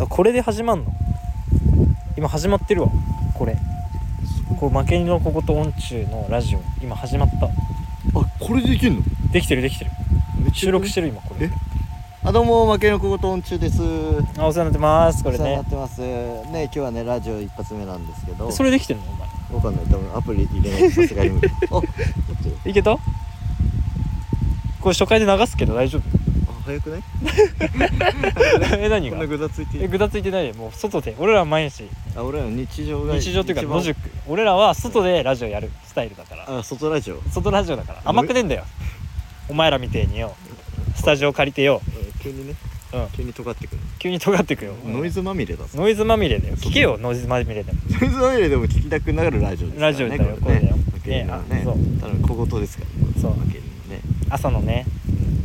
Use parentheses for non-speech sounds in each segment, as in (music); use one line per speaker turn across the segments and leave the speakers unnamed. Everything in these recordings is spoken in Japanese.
あこれで始まんの今始まってるわこれこれ負け犬のここと音中のラジオ今始まった
あこれでいけんの
できてるできてる
めっちゃ
収録してる今これ
えあどうも負けの小言音中です
あお世話になってますこれ
お世話にな
ね
ってますね今日はねラジオ一発目なんですけど
それできてるのお前
わかんない多分アプリ入れないさすがに
(laughs)
無理あこっち
いけたこれ初回で流すけど大丈夫
あ早くない
(laughs) え何
こん
が
なぐだついて
え
る
ぐだついてないよもう外で俺らは毎日
あ俺らの日常が
日常というか
一番
野宿俺らは外でラジオやるスタイルだから
あ外ラジオ、うん
外ラジオだから甘くねえんだよお前らみてえによスタジオ借りてよ
急にね、
うん
急に尖ってくる、
急に尖ってくよ
ノイズまみれだぞ (laughs)
ノイズまみれだよ聞けよノイズまみれでも
ノイズまみれでも聞きたくなるラジオですからね
ラジオだよ
これ
これ
ね
だよ
負け犬は
ね
ね
あ
ただの小言ですから
そう
負け犬ね
朝のね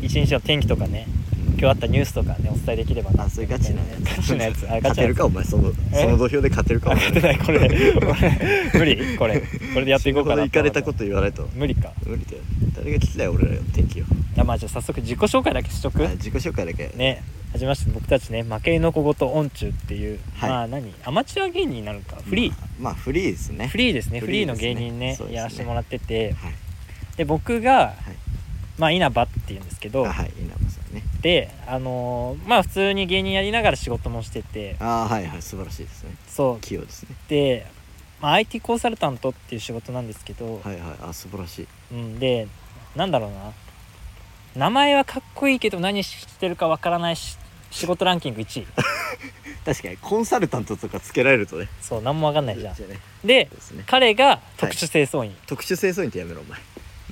一日の天気とかね今日あったニュースとかねお伝えできればな
あそれガチなや
(laughs)
つ
ガチなやつあれガチ
勝
な
て
や
る
つ
かお前その
え
その土俵で勝てるかお前
勝てない (laughs) これ
(laughs)
俺無理これこれでやっていこうかな
行かれたこと言わないと
無理か
無理だよ誰が聞きたい俺らよ天気を
いやまあじゃあ早速自己紹介だけしとく
あ自己紹介だけ
ねはじめまして僕たちね負け犬の小言音中っていう、
はい
まあ何アマチュア芸人になるかフリー、
まあまあフリーですね
フリーですねフ
フ
リー
リー
の
ですね
芸人ね
そうですね
やらせてもらってて
はい
で僕が、
い
まあ稲葉っていうんですけど
あはい稲葉さんね
であのーまあ普通に芸人やりながら仕事もしてて
あはいはい素晴らしいですね
そう
器用ですね
で、まあ、IT コンサルタントっていう仕事なんですけど、
はいはいあ素晴らしい
うん、でなんだろうな名前はかっこいいけど何してるかわからないし仕事ランキング1位 (laughs)
確かにコンサルタントとかつけられるとね
そう何もわかんないじゃん
そうね
で
そうですね
彼が特殊清掃員、
特殊清掃員ってやめろお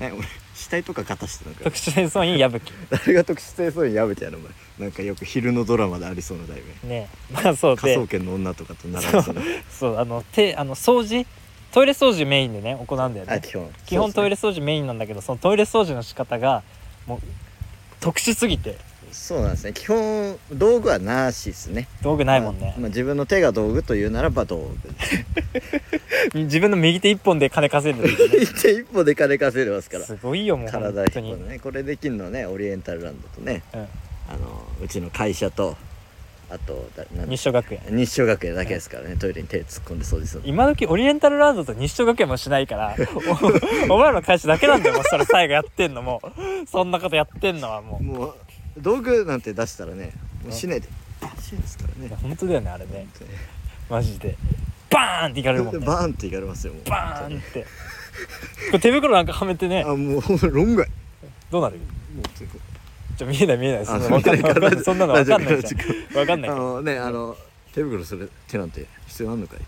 前ね俺死体とか勝たしてなんか
特殊清掃員矢吹
誰が特殊清掃員やめてやるお前なんかよく昼のドラマでありそうな題名
ね (laughs) まあそう
科
で
捜研の女とかと並びそうな
そうあの手あの掃除トイレ掃除メインでね行うんだよ
あ
ね
基本
基本トイレ掃除メインなんだけどそのトイレ掃除の仕方がもう特殊すぎて
そうなんですね基本道具はなしですね
道具ないもんね、
まあ、自分の手が道具というならば道具
自分の右手一本で金稼いでるんだよね
手一歩で金稼いでますから
すごいよもう本
体
当
一
に、
本ねこれできんのねオリエンタルランドとね
うん
あのうちの会社とあとだなんだ
日照学園
日照学園だけですからねトイレに手突っ込んでそうでするの
今時オリエンタルランドと日照学園もしないからおお (laughs) 前らの会社だけなんだよもうそれ最後やってんのもうそんなことやってんのはも
もう道具なんて出したらね
う
も
ん
うしないでバッシュですから
うい
ね
や本当だよねあれね
本当に
マジでバーンっていかれるもんね
バーンっていかれますよもう
バーンってこれ手袋なんかはめてね
あもうほんと論外
どうなる
もうというか
ちょ見えない見えないそんな
あ
わかんない
見えな
わか
いから
んないそんなのわかんないじ
ラジオラ
ゃんわかんない
あ
けど
のねあの手袋する手なんて必要あんのかいって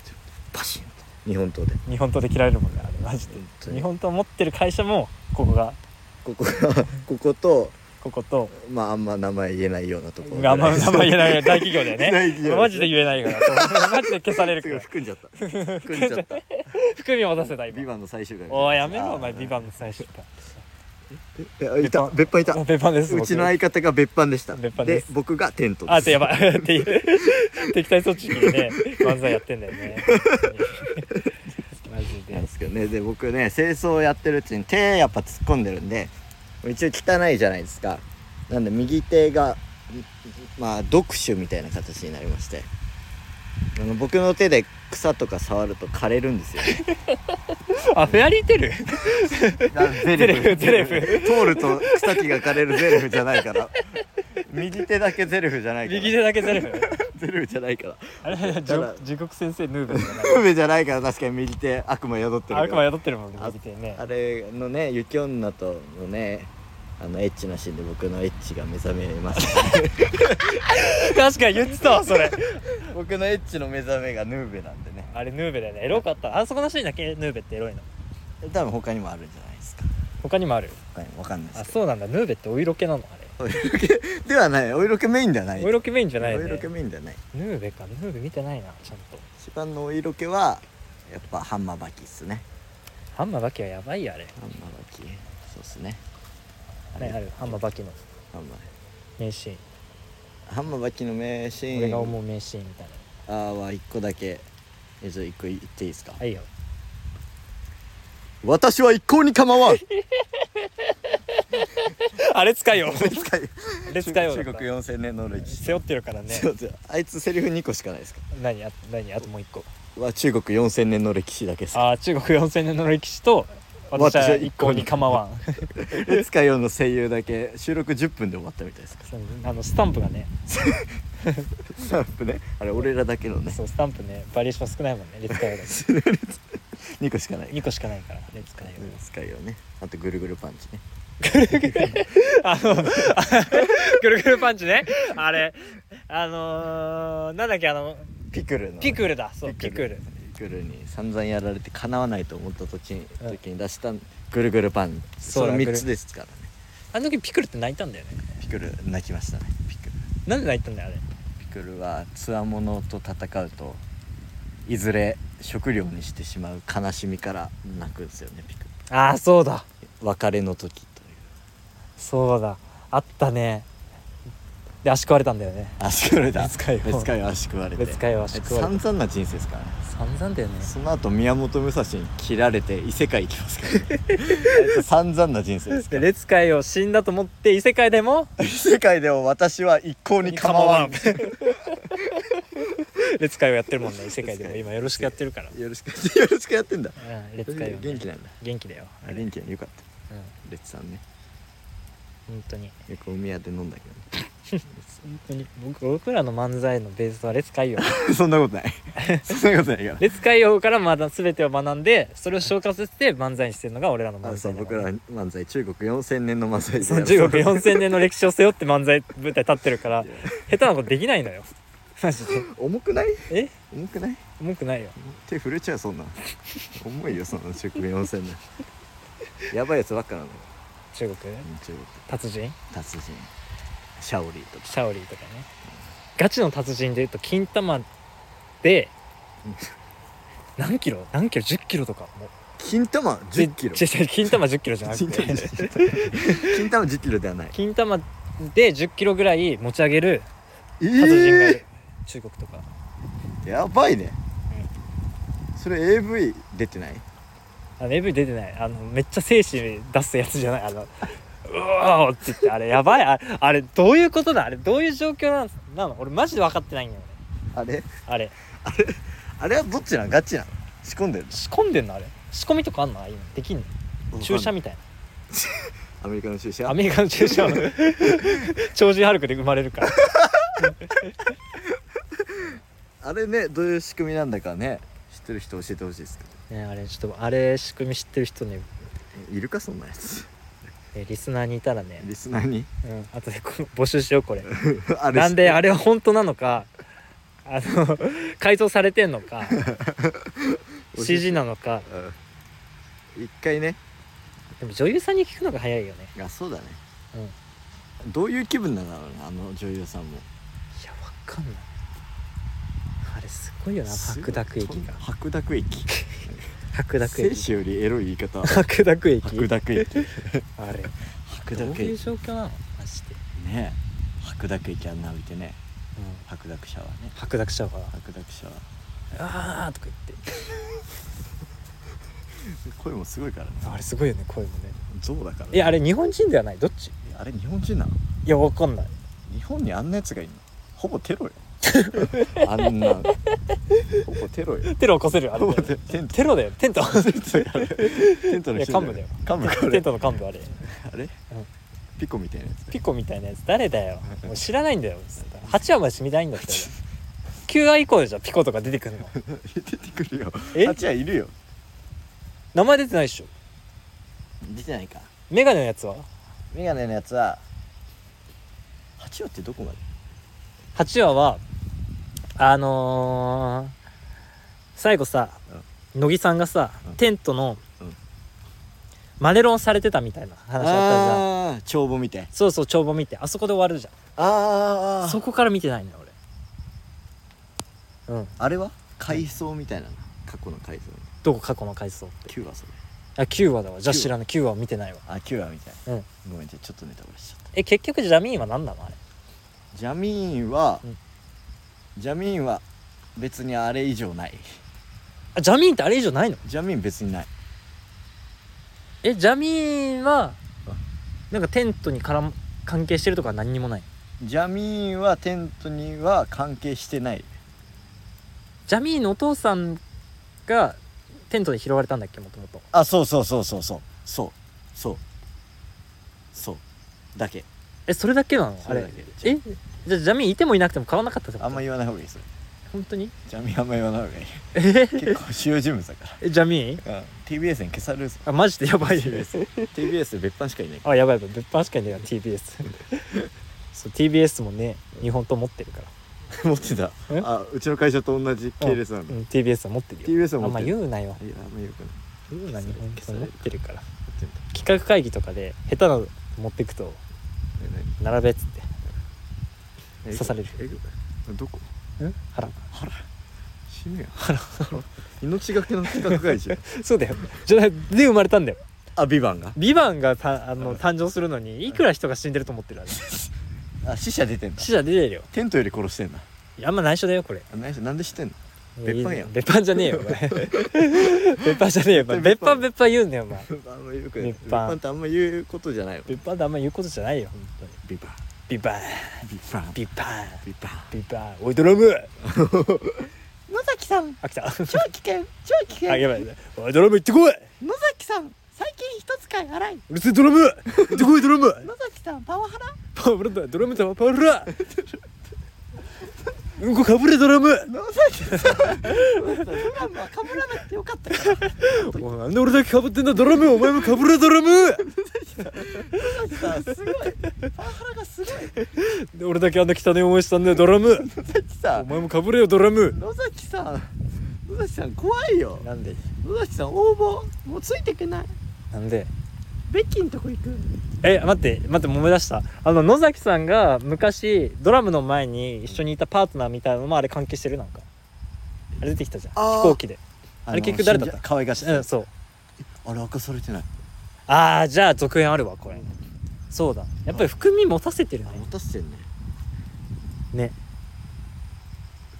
パシンと日本刀で
日本刀で切られるもんねあれマジで
本当に
日本刀持ってる会社もここが
ここがここと
ここと
まああんま名前言えないようなところ
あんま名前言えない
(laughs)
大企業だよ
大
ね
企業
マジで言えないからマジで消されるか
すぐ
ら
含んじゃった含んじゃった
含みを出せ (laughs) た
「ビ
今
バンの最終回
おいやめろお前
あー
ビバンの最初か
えあいた別班いた
あ別班です
うちの
僕
相方が別班でした
別班です
僕がテントです
あってやばい (laughs) っていう敵対措置でね漫才やってんだよ
(laughs)
ねマジ
な
で
んですけどねで僕ね清掃やってるうちに手やっぱ突っ込んでるんで一応汚いじゃないですかなんで右手がまあ読手みたいな形になりましてあの僕の手で草とか触ると枯れるんですよ、 (laughs) ね、
あフェアリーテル
ゼ
レフゼレフ
通ると草木が枯れるゼレフじゃないから (laughs) 右手だけゼレフじゃないから
右手だけゼル
(laughs)
フ
ゼレフじゃないから (laughs)
あれ地獄地獄先生ヌーベルだな
梅じゃないから確かに右手悪魔宿ってるから
悪魔宿ってるもんね右手ね
あれのね雪女とのねあのエッチなシーンで僕のエッチが目覚め
(laughs)
ました
確かに言ってたわそれ
僕のエッチの目覚めがヌーベなんでね
あれヌーベだよねエロかったあそこのシーンだけヌーベってエロいの
多分他にもあるんじゃないですか
他にもある
他にもわかんないで
あ
すけど
そうなんだヌーベってお色気なのあ
お色気ではないお色気メインではない
れお色気メインじゃないよ
お
ね
色気メインではない
ヌーベかヌーベ見てないなちゃんと
一番のお色気はやっぱハンマーバキっすね
ハンマーバキはやばいよあれ
ハンマーバキそうっすね
ねあるハンマーバキの
ハンマ
名シーン
ーハンマーバキの名シーン
俺が思う名シーンみたいな
あーは一個だけえじゃあ一個言っていいですか、
はいよ
私は一向に構わん
(laughs) あれ使い
(laughs)
よう
使い
あれ使いようだ
中
った
国4000年の歴史
(laughs) 背負ってるからね
(laughs) そうそうあいつセリフ2個しかないですか
何あと何あともう一個
は中国4000年の歴史だけです
あー中国4000年の歴史と (laughs) 私は一向に構 (laughs) わん
レツカヨの声優だけ収録10分で終わったみたいですか
そうあのスタンプがね
スタンプねあれ俺らだけのね
そうスタンプねバリエーション少ないもんねレッツカイオだけ
2個しかない
2個しかないからレッツカイオ
レツカヨねあとぐるぐるパンチね
(laughs) あの、 (laughs) ぐるぐるパンチね。あれ、あのー、なんだっけ、あの、
ピクルの
ピクルだ。そう、ピ
ピ
ク
ク
ル
ル。ピクルに散々やられてかなわないと思った時に,、時に出したぐるぐるパン
そう
そ
だ
の3つですからね
あの時ピクルって泣いたんだよね。
ピクル泣きましたねピクル
なんで泣いたんだよ、あれ。
ピクルはつわものと戦うといずれ食料にしてしまう悲しみから泣くんですよねピクル
ああ、そうだ。
別れの時という
そうだ。あったね。で、足食われたんだよね。
足食われた
別海王
別海王足食われて
別海王足食われた
散々な人生ですからね
散々だよね。
その後宮本武蔵に切られて異世界行きますからねあいつ散々な人生ですか
で、
ら
レッツカイオ死んだと思って、異世界でも、
異世界でも私は一向に構 (laughs) わん
構レッツカイオやってるもんね、異世界でも。今、よろしくやってるから。う
よろしくよろしくやってんだ
ん、レッツカイオ、
元
ね。
気なんだ
元気だよ。
あ元気なんよかった
うん、
レッツさんね
本当に。
よくお宮で飲んだけ
本当に僕僕らの漫才のベースは列海洋
どね (laughs) そんなことないそんなことないから
列海洋からまだ全てを学んでそれを消化させて漫才にしてるのが俺らの
あ
漫
そ
才
う
だか
僕
ら
ら漫才中国4000年の漫才で
その
(laughs)
中国4000年の歴史を背負って漫才舞台立ってるから下手なことできないのよ (laughs) マジで
(laughs) 重くない
え
重くない
重くないよ
手震えちゃうそん (laughs) なん重いよそんな中国4000年 (laughs) やばいやつばっかなんだよ
中国
中国
達人
達人シャオリーとか
シャオリーとかねガチの達人でいうと金玉で何キロ何キロ10キロとかもう
金玉10キロ
ちち金玉10キロじゃなく
金玉
て
10キロ金玉10キロではない
金玉で1 0キロぐらい持ち上げる
(laughs) え
達人がいる、
え
中国とか
ー、やばいね、それ AV 出てない
あの AV 出てないあのめっちゃ精子出すやつじゃないあのうわーって言ってあれやばいあれあれどういうことだあれどういう状況なんなの俺マジで分かってないんだよね
あれ
あれ
あれはどっちなのガチなの仕込んでる
仕込んでんのあれ仕込みとかあんのああいうのできんの
の
注射
わかんない
みたい
アメリカの注
な
射
アメリカの注射は (laughs) 超人ハルクで生まれるから
あれねどういう仕組みなんだかね知ってる人教えてほしいですけど
ねあれちょっとあれ仕組み知ってる人ね
えいるかそんな
(laughs)
やつ
えリスナーにいたらね、
リスナ
(laughs)
ーに
うん、後でこの募集しよう (laughs) これ
あれ
なんであれは本当なのかあの (laughs) 改造されてんの (laughs) か CG なのか
うん一回ね
でも女優さんに聞くのが早いよね
いやそうだねどういう気分なんだろうねあの女優さんも
いやわかんないあれすごいよな白濁液が
白濁液
白濁
精
液
子よりエロい言い方
白濁液
白濁液
あれ
白
どう
濁
いう
液
状況なのマジで、
ね白濁液あんな浴びてね
うん、
白濁シャワーね
白濁シャワー
白濁シャワー
あーとか言って
声もすごいからね
あれすごいよね声もね
象だからね
いやあれ日本人ではないどっちい
あれ日本人なの
やわかんない
日本にあんなやつがいるのほぼテロよ
(laughs)
あんなほぼテロよ
テロ起こせるよあ (laughs)
ほぼ
れ
テテント
テロだよテント
テントの人
いや幹部だよ
幹部かあ
(laughs) テン
れ
トの幹部あれ
あれピコみたいなやつ
ピコみたいなやつ誰だよもう知らないんだよ8話まで死にたいんだって俺9話以降でじゃあピコとか出てくるの
出てくるよ
え
あっちはいるよ
名前出てないでしょ
出てないか
メガネのやつは
メガネのやつは八話ってどこまで
8話はあのー、最後さ乃木さんがさ
うん
テントの
うん
マネロンされてたみたいな話あったじゃん
ああー帳簿みたい
そうそう帳簿見てあそこで終わるじゃ
あ
んそ
そ
こから見てないのよ俺うん
あれは回想みたいなの過去の回想
どこ過去の回想って
9話それ
あ9話だわじゃあ知らない9話見てないわ
あ9話みたい
うん
ごめんじゃあちょっとネタバレしちゃった
え結局ジャミーンは何なのあれ
ジャミーンは、
うん
ジャミーンは別にあれ以上ない
あジャミーンってあれ以上ないの
ジャミーン別にない
えジャミーンは
あ
なんかテントに絡む関係してるとかは何にもない
ジャミーンはテントには関係してない
ジャミーンのお父さんがテントで拾われたんだっけもともと
あそうそうそうそうそうそうそうそうだけ
えそれだけなの
そ
あ
れ
れ
だけ
えじゃあジャミーンいてもいなくても買わなかったってこと
あんま言わない方がいいです
本当に
ジャミーンあんま言わない方がいい
え
結構主要人物だか
えジャミーン
ら、うん、TBS に消されるぞ
あマジでやばい (laughs)
TBS TBS 別版しかいない
あやばいやばい別版しかいないから TBS (laughs) そう TBS もね日本と持ってるから
持ってた
え
あうちの会社と同じ系列なんだ
うん TBS は持ってるよ
TBS は
あん
持っ
ま
てる
言うなよ
いやあんまよくない
言うな日本と持ってるから
持ってんだ
企画会議とかで下手なの持ってくと
え
並べっつって
何
刺される
ええどこ
うん腹
腹死ぬやん腹 (laughs) 命がけの企画会社
そうだよじゃで生まれたんだよ
あビバン
「
が
ビバンがたあの誕生するのにいくら人が死んでると思ってるあれ
あ死者出てんだ
死者出てるよ
テントより殺してんだ
あんま内緒だよこれ
あ内緒なんで知ってんの別班やん
別班じゃねえよお
(laughs)
前別班じゃねえよお前
絶対別班
別班別班言うんだよお前
あんまよくない
別
別
班
班ってあんま言うことじゃないよ
別班ってあんま言うことじゃないよ本当に
ビバン
ビバン
ビバン
ビバン
ビバン
ビバンおいドラム
野崎さん
あ来た
(laughs) 超危険超危険
あやばいおいドラム行ってこい
野崎さん最近一つ買い荒いう
るせえドラム行ってこいドラム
(laughs) 野崎さんパワハラ
パワフルだドラムだパワフルだうんこかぶれドラム
野崎さん普段はかぶらなくてよかったから
お前なんで俺だけかぶってんだドラムお前もかぶれドラム
野崎さんすごいパワハラがすごい
で俺だけあんな汚い思いしたんだよドラム
野崎さ
お
ん
前もかぶれよドラム
野崎さん野崎さん怖いよ
なんで
野崎さん応募もうついてけない
なんで
ベッキーのとこ行く
え待って待って思い出したあの野崎さんが昔ドラムの前に一緒にいたパートナーみたいなのもあれ関係してるなんかあれ出てきたじゃん
あー
飛行機であれ結局誰だった
可愛がし
うんそう
あれ明かされてない
ああじゃあ続編あるわこれそうだやっぱり含み持たせてるね
あ持たせてんね
ね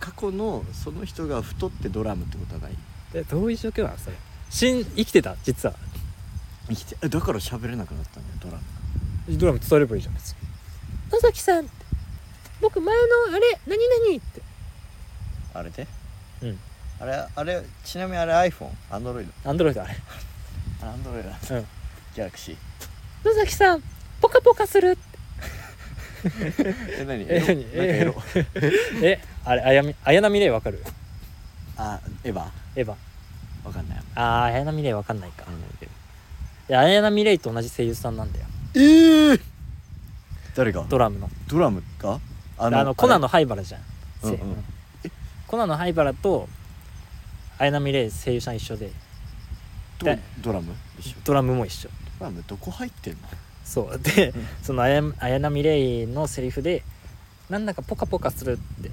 過去のその人が太ってドラムってことはない
でどういう状況なのそれ死ん生きてた実は
生きてえだから喋れなくなったんだよドラム
ドラム伝えればいいじゃん別に野崎さんって僕前のあれ何々って
あれで
うん
あれあれちなみにあれ iPhone アンドロイド
アンドロイドあれ
あアンドロイドだ
うん
ギャラクシー
野崎さんポカポカする
え何
(laughs) え何
エロなんかエロ
えあれあやみ綾波レイわかる
あエヴァ
エヴァ
わかんないわ
あー綾波レイわかんないか
かんないけど
いや綾波レイと同じ声優さんなんだよ
ええ誰が
ドラムの
ドラムかあ
あのコナン
の
の灰原じゃん、
うんうん
声優コナンの灰原と綾波レイ声優さん一緒で
と
で
ドラム一緒
ドラムも一緒
ドラムどこ入ってんの
そうで、その綾綾波レイのセリフでなんだかポカポカするってい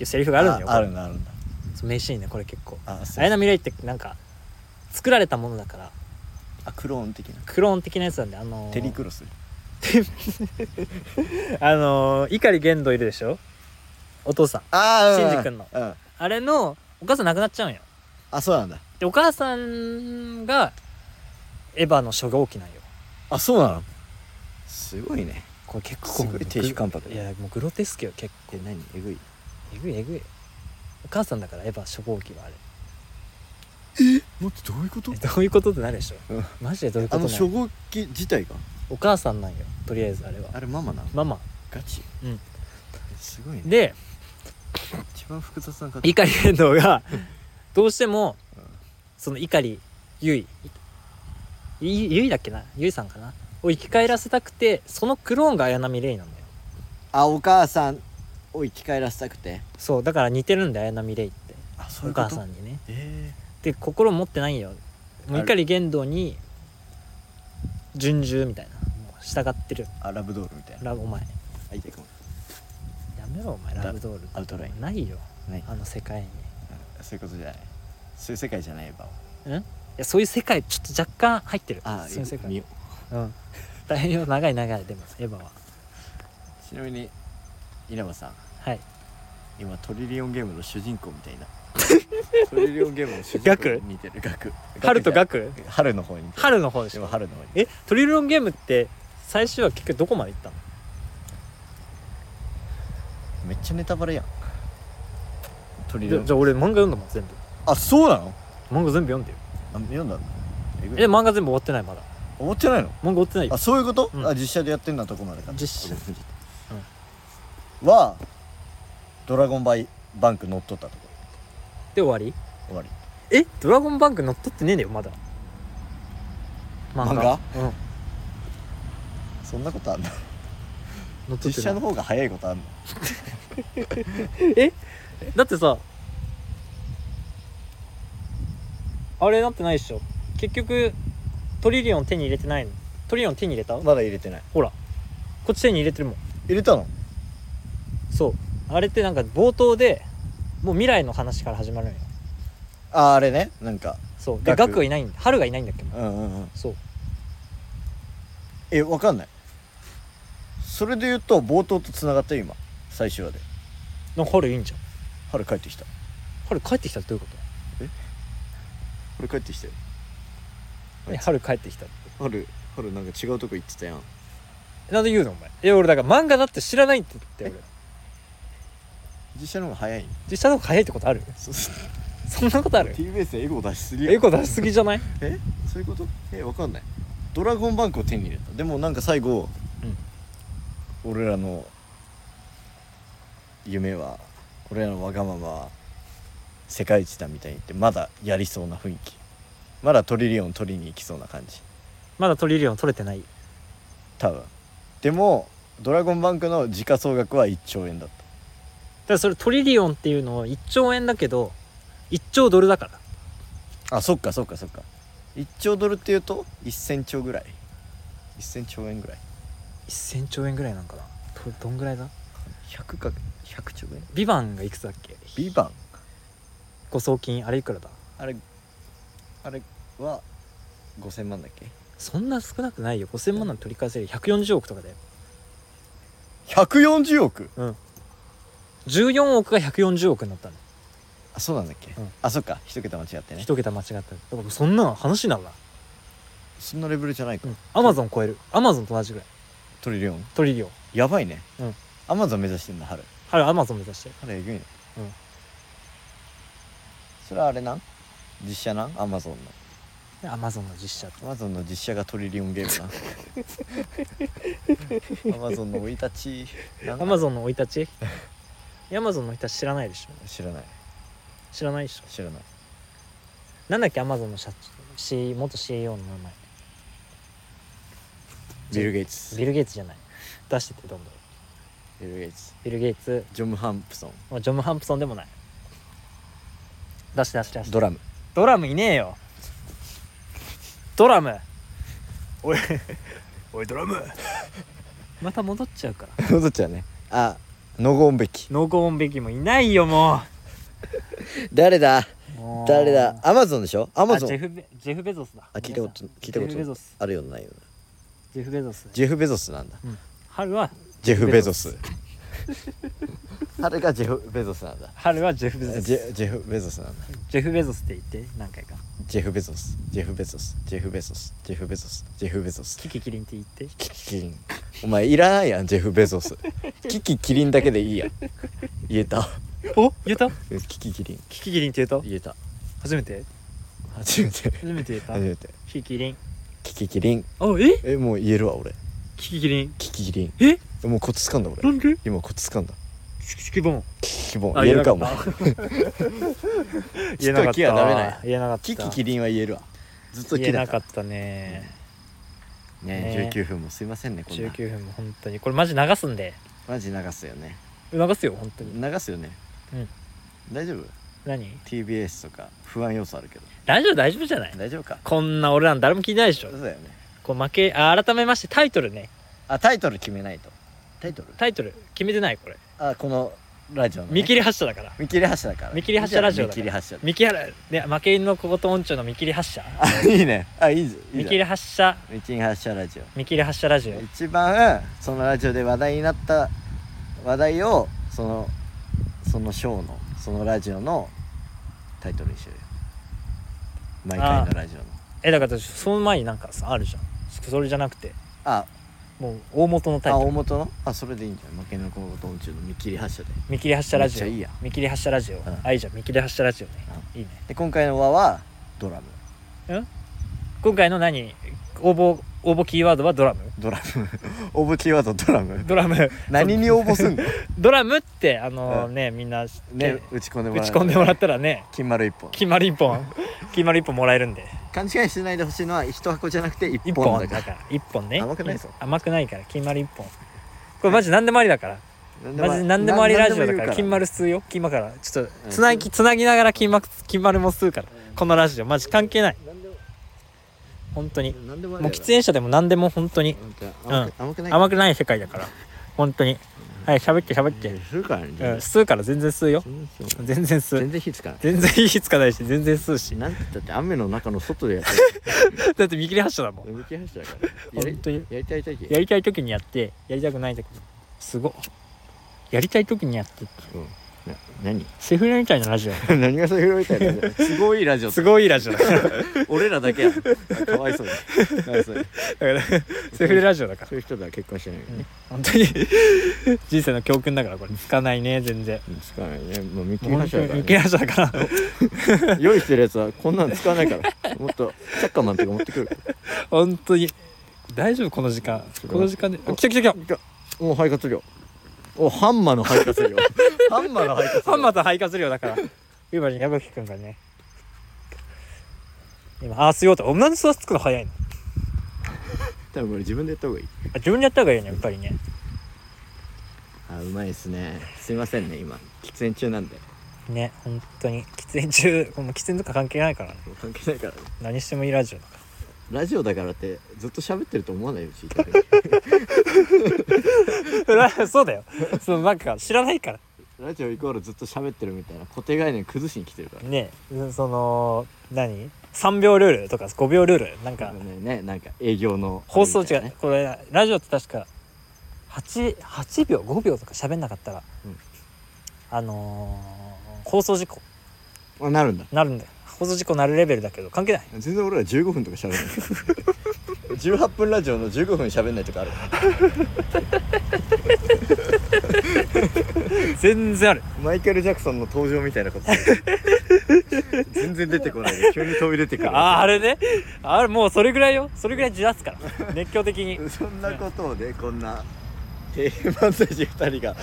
うセリフがあるんだよ
あるんだあるんだ
そう名シーンねこれ結構
あそう
綾波レイってなんか作られたものだから
あクローン的な
クローン的なやつなんであのー
テリクロス
あのー碇玄度いるでしょお父さん
あ
シンジ君の
うん
あれのお母さん亡くなっちゃうんよ
あそうなんだ
でお母さんがエヴァの初号機なんよ
あそうなのすごいね
これ結構
すごい亭主関白
いやもうグロテスクよ結構
え何えぐい
えぐいえぐいお母さんだからエヴァ初号機はあれ
待ってどういうこと
えどういうことってなるでしょ
うん
マジでどういうこ
あ
と
の
な
初
の
号機自体が
お母さんなんよとりあえずあれは
あれママなの
ママ
ガチ
うん
すごいね
で
一番複雑な形
碇玄道がどうしてもその碇結衣い結衣だっけな結衣さんかなを生き返らせたくてそのクローンが綾波レイなんだよ
あお母さんを生き返らせたくて
そうだから似てるんだよ綾波レイって
あそ
お母さんにね
え
で心持ってないよもう
あれ
碇玄道に順従みたいなもう従ってる
ー、あラブドールみたいな
ラブお前や
あいてかも
めろお前
だ
ラブドール
アウトライン
ないよ
ない
あの世界にい
うんそういうことじゃないそういう世界じゃないエヴァは
やそういう世界ちょっと若干入ってる
あ
そういう世界
見よ
うん (laughs) 大変よ長い長いでもエヴァは
うちなみに稲葉さん (laughs)
はい
今トリリオンゲームの主人公みたい
(laughs)
なトリリオンゲームの主人
ガク
公に似てるガク
春とガ
ク
ク
じゃない春の方に似てる
春の方でし
今
ょ
春の方に
えトリリオンゲームって最終は結局どこまで行ったの
めっちゃネタバレやん取り
じゃじゃあ俺漫画読んだもん全部
あそうなの
漫画全部読んでよ
あ読んだのえぐい
え漫画全部終わってないまだ
思ってないの
漫画追ってないよ
あそういうこと、
うん
あ実写でやってんなとこまでか
実写
はドラゴンバイバンク乗っとったとこ
で終わり
終わり
えドラゴンバンク乗っ取ってねえんだよまだ
漫
うん
そんなことあんの
乗っ取って
実
な
写
い
の方が早いことあんの
えだってさあれなってないっしょ結局トリリオン手に入れてないのトリリオン手に入れた、
まだ入れてない
ほらこっち手に入れてるもん
入れたの
そうあれってなんか冒頭でもう未来の話から始まるのよ
ああれねなんか
そうで
ガク
ガクがいないん春がいないんだっけもう
うんうんうん
そう
えわかんないそれで言うと冒頭とつながったよ今最終話で
なんか春いいんじゃん
春帰ってきた
春帰ってきたってどういうこ
春帰ってきたよ
とね春帰ってきたっ
春春なんか違うとこ行ってたやん
てなんで言うのお前え俺だから漫画だって知らないって言って俺
実写の方が早い
実写の方が早いってことある
そうそう
そんなことある
TBS でエゴ出しすぎやん
エコ出しすぎじゃない
えそういうことえわかんないドラゴンバンクを手に入れたでもなんか最後、俺らの夢は俺らのわがままは世界一だみたいに言ってまだやりそうな雰囲気まだトリリオン取りに行きそうな感じ
まだトリリオン取れてない
多分でもドラゴンバンクの時価総額は1兆円だった
ただそれトリリオンっていうのを1兆円だけど1兆ドルだから
あそっかそっかそっか1兆ドルっていうと1000兆ぐらい1000兆円ぐらい
1000兆円ぐらいなんかなどどんぐらいだ
100か100兆円
ビバンがいくつだっけ
ビバン
誤送金あれいくらだ
あれあれは5000万だっけ
そんな少なくないよ5000万なんて取り返せる140億とかだよ
140億
14億が140億になったの
あそうなんだっけ、
うん
あそっか一桁間違ってね
一桁間違っただからそんなの話になるな
そんなレベルじゃないか、
アマゾン超えるアマゾンと同じぐらい
トリリオン
トリリオン
やばいね
うん
アマゾン目指してんだ春
あれアマゾン目指してる
春えぐいね
うん
それはあれなん実写なんアマゾンの
でアマゾンの実写
アマゾンの実写がトリリオン
(laughs)
ゲームなアマゾンの生い立ちなん
ア
だ
マゾンの生い (laughs) 立ちアマゾンの生い立ち知らないでしょ
知らない
知らないでしょ
知らない
なんだっけアマゾンの社長 C 元 CEO の名前
ビル・ゲイツ
ビル・ゲイツじゃない出してってどんどん
ビル・ゲイツ
ビル・ゲイツ
ジョム・ハンプソン
もうジョム・ハンプソンでもない出して出して出して
ドラム
ドラムいねえよドラム
おいおいドラム
また戻っちゃうから
戻っちゃうねあノゴーンべき
ノゴーンベキもいないよも
誰だ
うも (laughs) う
誰だアマゾンでしょア
あ
マ
ジ
ゾ
ェ
ン
フベジェフ・ベゾスだ
あ聞いた
ごめん
こと
なさ
聞いたこ
ジェフ・ベゾ
と
ス
あるようなないような
ジェフ・ベゾス
ジェフ・ベゾスなんだ
春は
ジェフ・ベゾスあれがジェフ・ベゾスなんだ
春はジェフ・ベゾス
ジェジェフ・ベゾスなんだ
ジェフ・ベゾスって言って何回か
ジェフ・ベゾスジェフ・ベゾスジェフ・ベゾスジェフ・ベゾスジェフ・ベゾス
キキキリンって言って
キキキリンお前いらないやんジェフ・ベ
(laughs)
ゾスキキキリンだけでいいやん言えた
お言えた
キキキリン
キキキリンって言えた
言えた
初めて
初めて
初めて言えた
初めて
キキキリン
キキキリン
あえ
えもう言えるわ俺
キキキリン
キキキリン
え
もうコツ掴んだ
な
俺
んで
今コツ掴んだ
チキチキボン
キボン言えるかも
(laughs) 言えなかった
キはダメなんや
言えなかった
キキキリンは言えるわずっと
言
キ
えな
だ
か
か
ったね
らね
ね
19分もすいませんねこんな
19分も本当にこれマジ流すんで
マジ流すよね
流すよ本当に
流すよね
うん
大丈夫
何
TBS とか不安要素あるけど
大丈夫大丈夫じゃない
大丈夫か
こんな俺らの誰も聞いてないでしょ
そうだよね
こう負けあ改めましてタイトルね
あタイトル決めないとタイトル
タイトル決めてないこれ
あこのラジオのね
見切り発車だから
見切り発車だから
見切り発車ラジオだ
見
から
切り発車
見切りね負け犬の小言音中の見切り発車
あいいねあいいぞいい
見
ぞ
切り発車
見切り発車ラジオ
見切り発車ラジオ
一番そのラジオで話題になった話題をそのそのショーのそのラジオのタイトルにしようよ毎回のラジオの
えだからその前になんかさあるじゃんそそれじゃなくて
あ
もう大元のタイ
あ
トル
大元のあそれでいいんじゃない負けの子の昆虫の見切り発車で
見切り発車ラジオ
めっちゃいいやん
見切り発車ラジオ、
ん
あいいじゃん見切り発車ラジオね、いいね
で今回の輪はドラム
今回の何応募応募キーワードはドラム
ドラム (laughs) 応募キーワードドラム
ドラム (laughs)
何に応募すんの
ドラムってあの
う
ね、みんな、
ね
ね、
打ち込んでも
打
らう
ち込んでもらったらね
金丸一本
決まる一
(laughs)
本決まる一本もらえるんで
勘違いしないでほしいのは一箱じゃなくて一
一
本
本
だか
だ
ら
から一本ね
甘くないぞ
甘くないから金丸一本これマジ何でもありだから
何
マジ何でもありラジオだから金
丸
丸吸うよ金丸からちょっ
う
と
ん
つなぎつなぎながら金丸金丸も吸うからこのラジオマジ関係ない本当に
何でもあり
もう喫煙者でも何でも本当に
甘く甘くない
甘くない世界だから本当にはい喋って喋っ
い
て
やするからね
うん吸うから全然吸うよ
全然する
全然吸う
全然火つかない
全然火つかないし全然吸うし
なんて言ったって雨の中の外でやって
だって見切り発車だもん
る動き発車だからやり
本当に
やりたい時
やりたい時にやってやりたくない時にすごっやりたい時にやってって
うんな何 (laughs)
セフレみたいなラジオ
何がそういうみたいなすごいラジ
(laughs)
オ
すごいいいラ (laughs) ジオだからだか
俺らだけやんあかわ
(laughs)
いそうにかわいそうに
らセフレラジオだから
そういう人とは結婚してないよね
本当に人生の教訓だからこれつかないね全然
うんつかないねもう見切り
もう
発
本当に
車だか
見
ら
切り発車
ね
だから
(laughs) 用意してるやつはこんなの使わないからもっとチャッカーマンとか持ってくる
本当に大丈夫この時間この時間であ来た来た来た
お肺活量おハンマーの肺活
(laughs)
量ハンマーの肺活量
ハンマーと肺活量だから今に矢吹君がね今ああ吸おうとおなんで吸わつくの早いの
多分これ自分でやった方がいい
あ自分でやった方がいいよねやっぱりね
あうまいですねすいませんね今喫煙中なんで
ね本当に喫煙中もう喫煙とか関係ないからね
もう関係ないからね
何してもいいラジオだか
ラジオだからってずっと喋ってると思わないよ聞いて
ら (laughs) そうだよそのなんか知らないから
ラジオイコールずっと喋ってるみたいな固定概念崩しに来てるから
ねうんその何3秒ルールとか5秒ルールなんか
ねねなんか営業の
放送違
あれみたいな
うこれラジオって確か 8, 8秒5秒とか喋んなかったら、
うん
あのー放送事故
あなるんだ
なるんだよ放送事故なるレベルだけど関係ない
全然俺ら15分とか喋んない18分ラジオの15分喋んないとかある
(laughs) 全然ある
マイケル・ジャクソンの登場みたいな (laughs) こと全然出てこないで急に飛び出てくる
ああれねあれもうそれぐらいよそれぐらいじらすから (laughs) 熱狂的に
そんなことをねこんな低漫才師2人が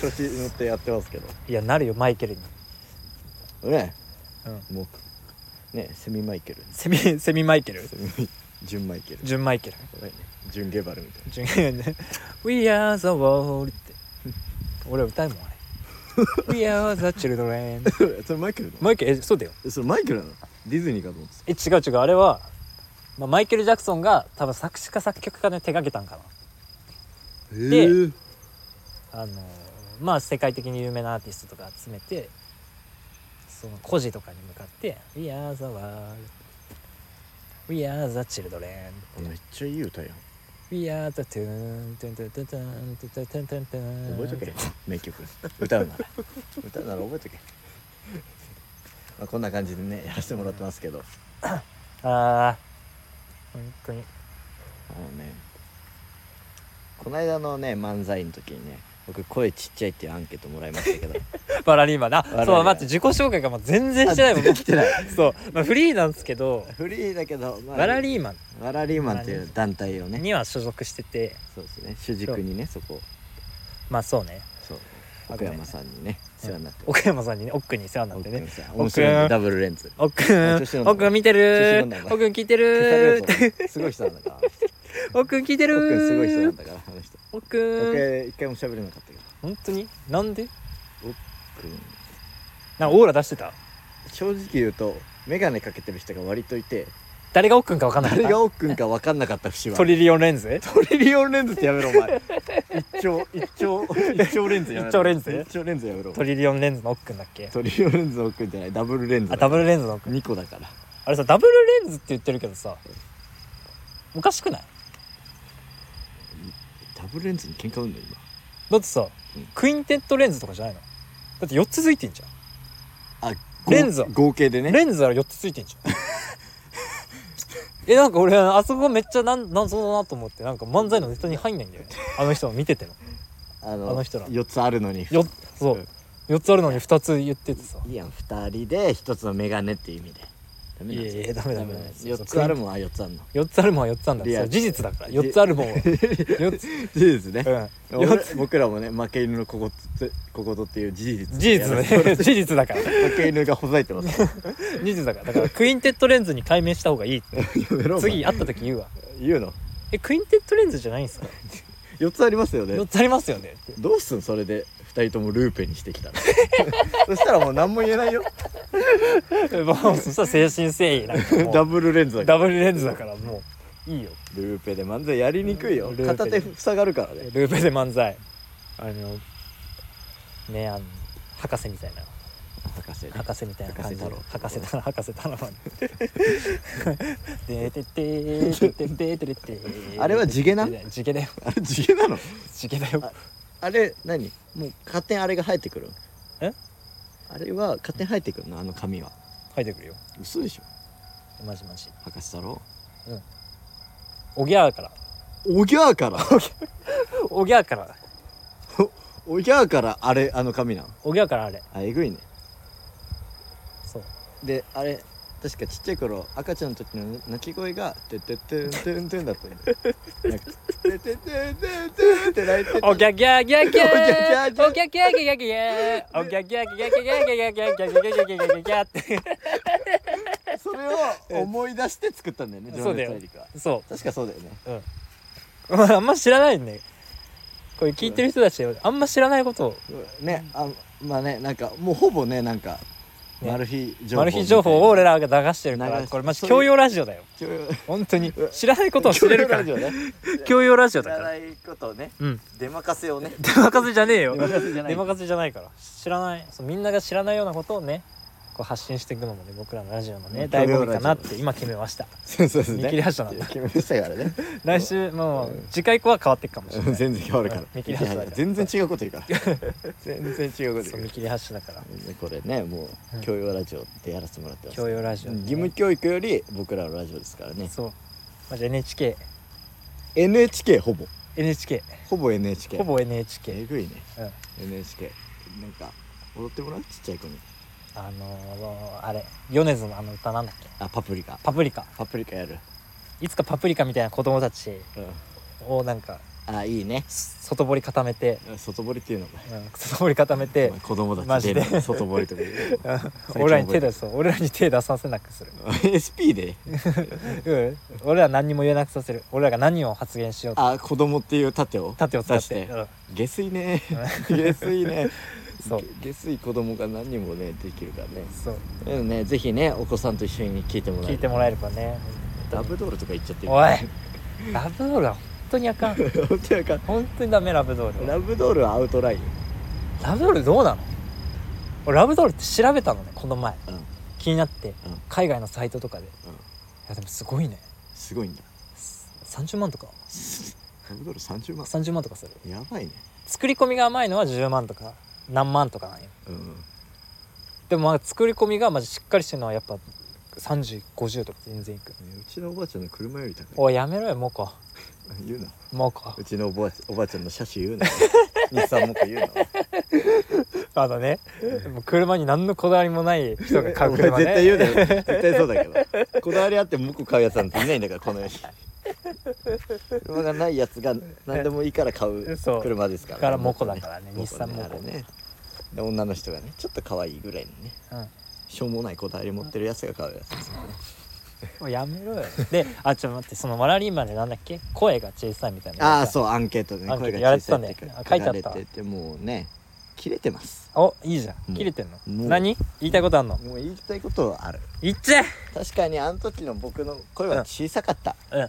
調子乗ってやってますけど
いやなるよマイケルに
ね、
う
もうねセミマイケル
セミセミマイケル
セミ純マイケル
純マイケル
やばいね純ゲバルみたい
純 (laughs) We are the world って俺は歌うもんあれ (laughs) We are the children
なそれマイケルなの
マイケルえそうだよ
えそれマイケルなのディズニーかと思って
え違う違うあれは、まあ、マイケル・ジャクソンが多分作詞か作曲かで手掛けたんか
た
で
へー
なあのまあ世界的に有名なアーティストとか集めてその孤児とかに向かって「We are the world」「We are the children」
めっちゃいい歌やん
We are the tune, tune, tune, tune, tune, tune, tune, tune.
覚えとけ名曲歌うなら歌うなら覚えとけ、まあ、こんな感じでねやらせてもらってますけど
ああ本当に
あのねこの間のね漫才の時にね僕声ちっちゃいっていうアンケートもらいまし
(laughs)
たけど
バラリーマンな
ラリーマン
そう待って自己紹介がもう全然してないもん
(laughs) できてない
そう、まあ、フリーなんですけど
フリーだけど、ま
バラリーマン
ワラリーマンという団体をね
には所属してて
そうですね主軸にねそこ
まあそうね
そう
あ
奥山さんにね世話になって
奥山さんにね奥君に世話になって
奥
ね
山さん面白いね
奥
ダブルレンズ
奥
あ
君
調子乗んな
奥君見て
調子乗
る
んなお前
奥君聞いて
消され
る
るぞお前すごい人なんだから
奥君聞いて
奥君すごい人な
る
んだからあの人
奥君
僕一回も喋れなかったけど
本当になんで
くん
なんかオーラ出してた
正直言うと眼鏡かけてる人が割とい (laughs) て
誰が奥君か分かんなかっ
誰
た
が奥くんか分かんなかった節は
トリリオンレンズ
トリリオンレンズってやめろお前一丁一 (laughs) 丁一丁レンズやめろ
一丁レンズ
一丁レンズやめろ
トリリオンレンズの奥君だっけ
トリリオンレンズの奥くんじゃないダブルレンズ
あダブ
ル
ルレンズの奥
2個だから
あれさダブルレンズって言ってるけどさおかしくない
ダブルレンズに喧嘩売んの今
だってさ
うん
クインテッドレンズとかじゃないのだって4つついてんじゃ
あ
レンズを
合合計で
ん
ね
レンズなら4つついてんじゃん (laughs) えなんか俺あそこめっちゃなん謎だなと思ってなんか漫才のネタに入んないんだよねあの人も見てても
あの
あの人ら
4つあるのに
よそう
うん
4つあるのに2つ言っててさ
いいやん2人で1つのメガネっていう意味でダメなんです
いやいやダメダメダメ
4つあるもんは4つあるの
4つあるもんは4つなんだ
リア
そ
ル
う事実だから4つあるもん
(laughs)
は4つ
事実ね
うん
俺
4つ
僕らもね負け犬のこことこことっていう事実
事実ね事実だから事
負け犬がほざいてます
実だからだからクインテッドレンズに改名した方が
(laughs)
いいって
やめろお
(laughs)
前
次会った時言うわ
言うの
えクインテッドレンズじゃないんですか
4つありますよね
4つありますよ
(laughs)
ねって
どうすんそれで2人ともルーペにしてきたら (laughs) そしたらもう何も言えないよ
もうそしたら精神誠意なんかもう
ダブルレンズだから
ダブルレンズだからもういいよ
ルーペで漫才やりにくいよ
ルーペで
片手塞がるからね
ルーペで漫才あのねあの博士みたいな
博士ね
博士みたいな感じで
博
博
士
士太
太
郎博士太郎でてててててててて
あれは地毛な
地毛だよ
(laughs) あれ地毛なの
地毛だよ
ああれ何もう勝手にあれが生えてくる
え
あれは勝手に生えてくるのあの髪は
入ってくるよ
嘘でしょ
マジマジ
博士太郎
おぎゃーから
おぎゃーから
おぎゃーから
おぎゃーからあれあの髪なの
おぎゃーからあれ
あえぐいね
そう
であれ確かちっちゃい頃赤ちゃんの時の泣き声が「てててんてんてん」だったんだよなんか「てててんてんてん」って泣いてた
おぎゃぎゃぎゃぎゃ
おぎゃぎゃぎゃ
おぎゃぎゃぎゃぎゃぎゃおぎゃぎゃぎゃぎゃぎゃぎゃぎゃぎゃぎゃぎゃぎゃぎゃぎゃぎゃぎゃぎゃって
それを思い出して作ったんだよね
そうだよ
情熱大陸は
そう
確かそうだよね
まあ、あんま知らないねこれ聞いてる人たちあんま知らないことを
ねあまあねなんかもうほぼねなんか
ね
マル秘情報
マル秘情報を俺らが流してるか
流
ら
し
これマジ
そういう
教養ラジオだよ
教養
本当に知らないことを知れるから
教養ラジオね
教養ラジオ
知
だ
ら
か
な
ら
いことをね
うん
出まかせをね
出任せじゃねえよ
出まかせじゃない
出任せじゃないから知らないそうみんなが知らないようなことをねこう発信していくのもね僕らのラジオのね
うん
醍醐味かなって今決めました
(laughs) そうそうそう
見切り発車なんだ
決めましたからね
来週も
う
う次回以降は変わっていくかもしれない
全然変わるから
うん見切り発車だから
全然違うこと言うから
(laughs)
全然違うこと
そう
言う
見
か
切り発車だから
らこれねも
う
うん教養ラジオでやらせてもらってます
教養ラジオね
義務教育より僕らのラジオですからね
そうまあじゃあ NHKNHK
NHK ほぼほぼ NHK
ほぼ NHK
えぐいね
うん
NHK なんか踊ってもらうちっちゃい子に
あのー、あれ米津のあの歌なんだっけ
あパプリカ
パプリカ
パプリカやる
いつかパプリカみたいな子供たち
うん
をなんか
あいいね
す外堀固めて、
外堀っていうのが
うん、外堀固めて
まあ子供た
マ
ち
ジ
で
で
外堀とか言
(laughs)
う
うん俺らに手出そう俺らに手出させなくする、
SP で
うん、俺ら何にも言えなくさせる俺らが何を発言しようと
あ子供っていう盾を
盾を使っ
出
てうん
下
(laughs)
水ね下水ね
そう
げ下水子供が何人もねできるからね
そう
でもねぜひねお子さんと一緒に聞いてもらえ
聞い
る
てもらえればね
ラブドールとか言っちゃってる
おいラブドールは本当にあかん
(laughs) 本当やか
本当にダメラブドールは
ラブドールはアウトライン、
ラブドールどうなの俺ラブドールって調べたのねこの前
うん、
気になって、
うん
海外のサイトとかで、
うん
いやでもすごいね
すごいんだ
す30万とか
ラブドール30万
30万とかする
やばいね
作り込みが甘いのは10万とか何万とかなんよ
うん
でもまあ作り込みがまじしっかりしてるのはやっぱ3050とか全然いく
うちのおばあちゃんの車より高い
おいやめろよモコ
言うな
モコ
うちのおばあおばあちゃんの車種言う
(laughs)
な日産もっと言うな
まだねもう車に何のこだわりもない人が買う
お
車
前
ね
絶対言うなよ絶対そうだけどこだわりあってもう一個買うやつなんていないんだからこの世に車がないやつが何でもいいから買う
そう
車ですから
だからモコだからね
モ
日
コ
産モコ
あれねで女の人がねちょっと可愛いぐらいのね
うん
しょうもないこだわり持ってるやつが買うやつですからね
もうやめろよであちょっと待ってそのマラリーマンでなんだっけ声が小さいみたいな
ああそうアンケートでね
アンケート
声
や
が
ら
小
れてた
さ
んだ
いっ
よ
て書
あ書いてあった
かれててもうね切れてます
おいいじゃ
うん
ん切れてん
もう
の何言いたいことあんの
もう言いたいことはある
言っちゃえ
確かにあの時の僕の声は小さかった、
うん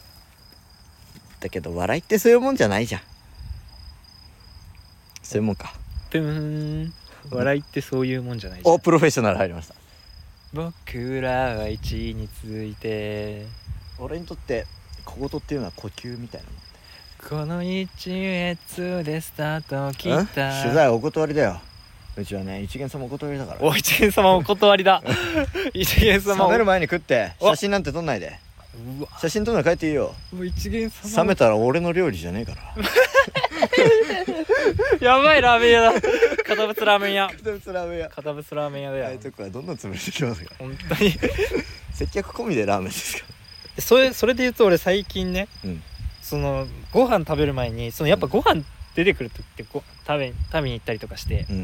だけど笑いってそういうもんじゃないじゃんそういうもんか
ぷーん笑いってそういうもんじゃないじゃん
おプロフェッショナル入りました
僕らは一に続いて
俺にとって小言っていうのは呼吸みたいなも
こ
ん
の一列でスタートを切
う
っ
ん
た
取材お断りだようちはね一元様お断りだから (laughs)
お一元様お断りだ一元様
冷める
お
前に食って
お
写真なんて撮んないで
うわ
写真撮るの帰っていいよ
もう一元
冷めたら俺の料理じゃねえ (laughs) から
やばいラーメン屋だ堅物ラーメン屋
ラーメン屋
堅物ラーメン屋だ
ああ
よ、
いうとこはどんどん潰れてきますから
本当に
接客込みでラーメンですか
それそれで言うと俺最近ね、
うん
そのご飯食べる前にそのやっぱご飯出てくる時ってご食べ食べに行ったりとかして
うん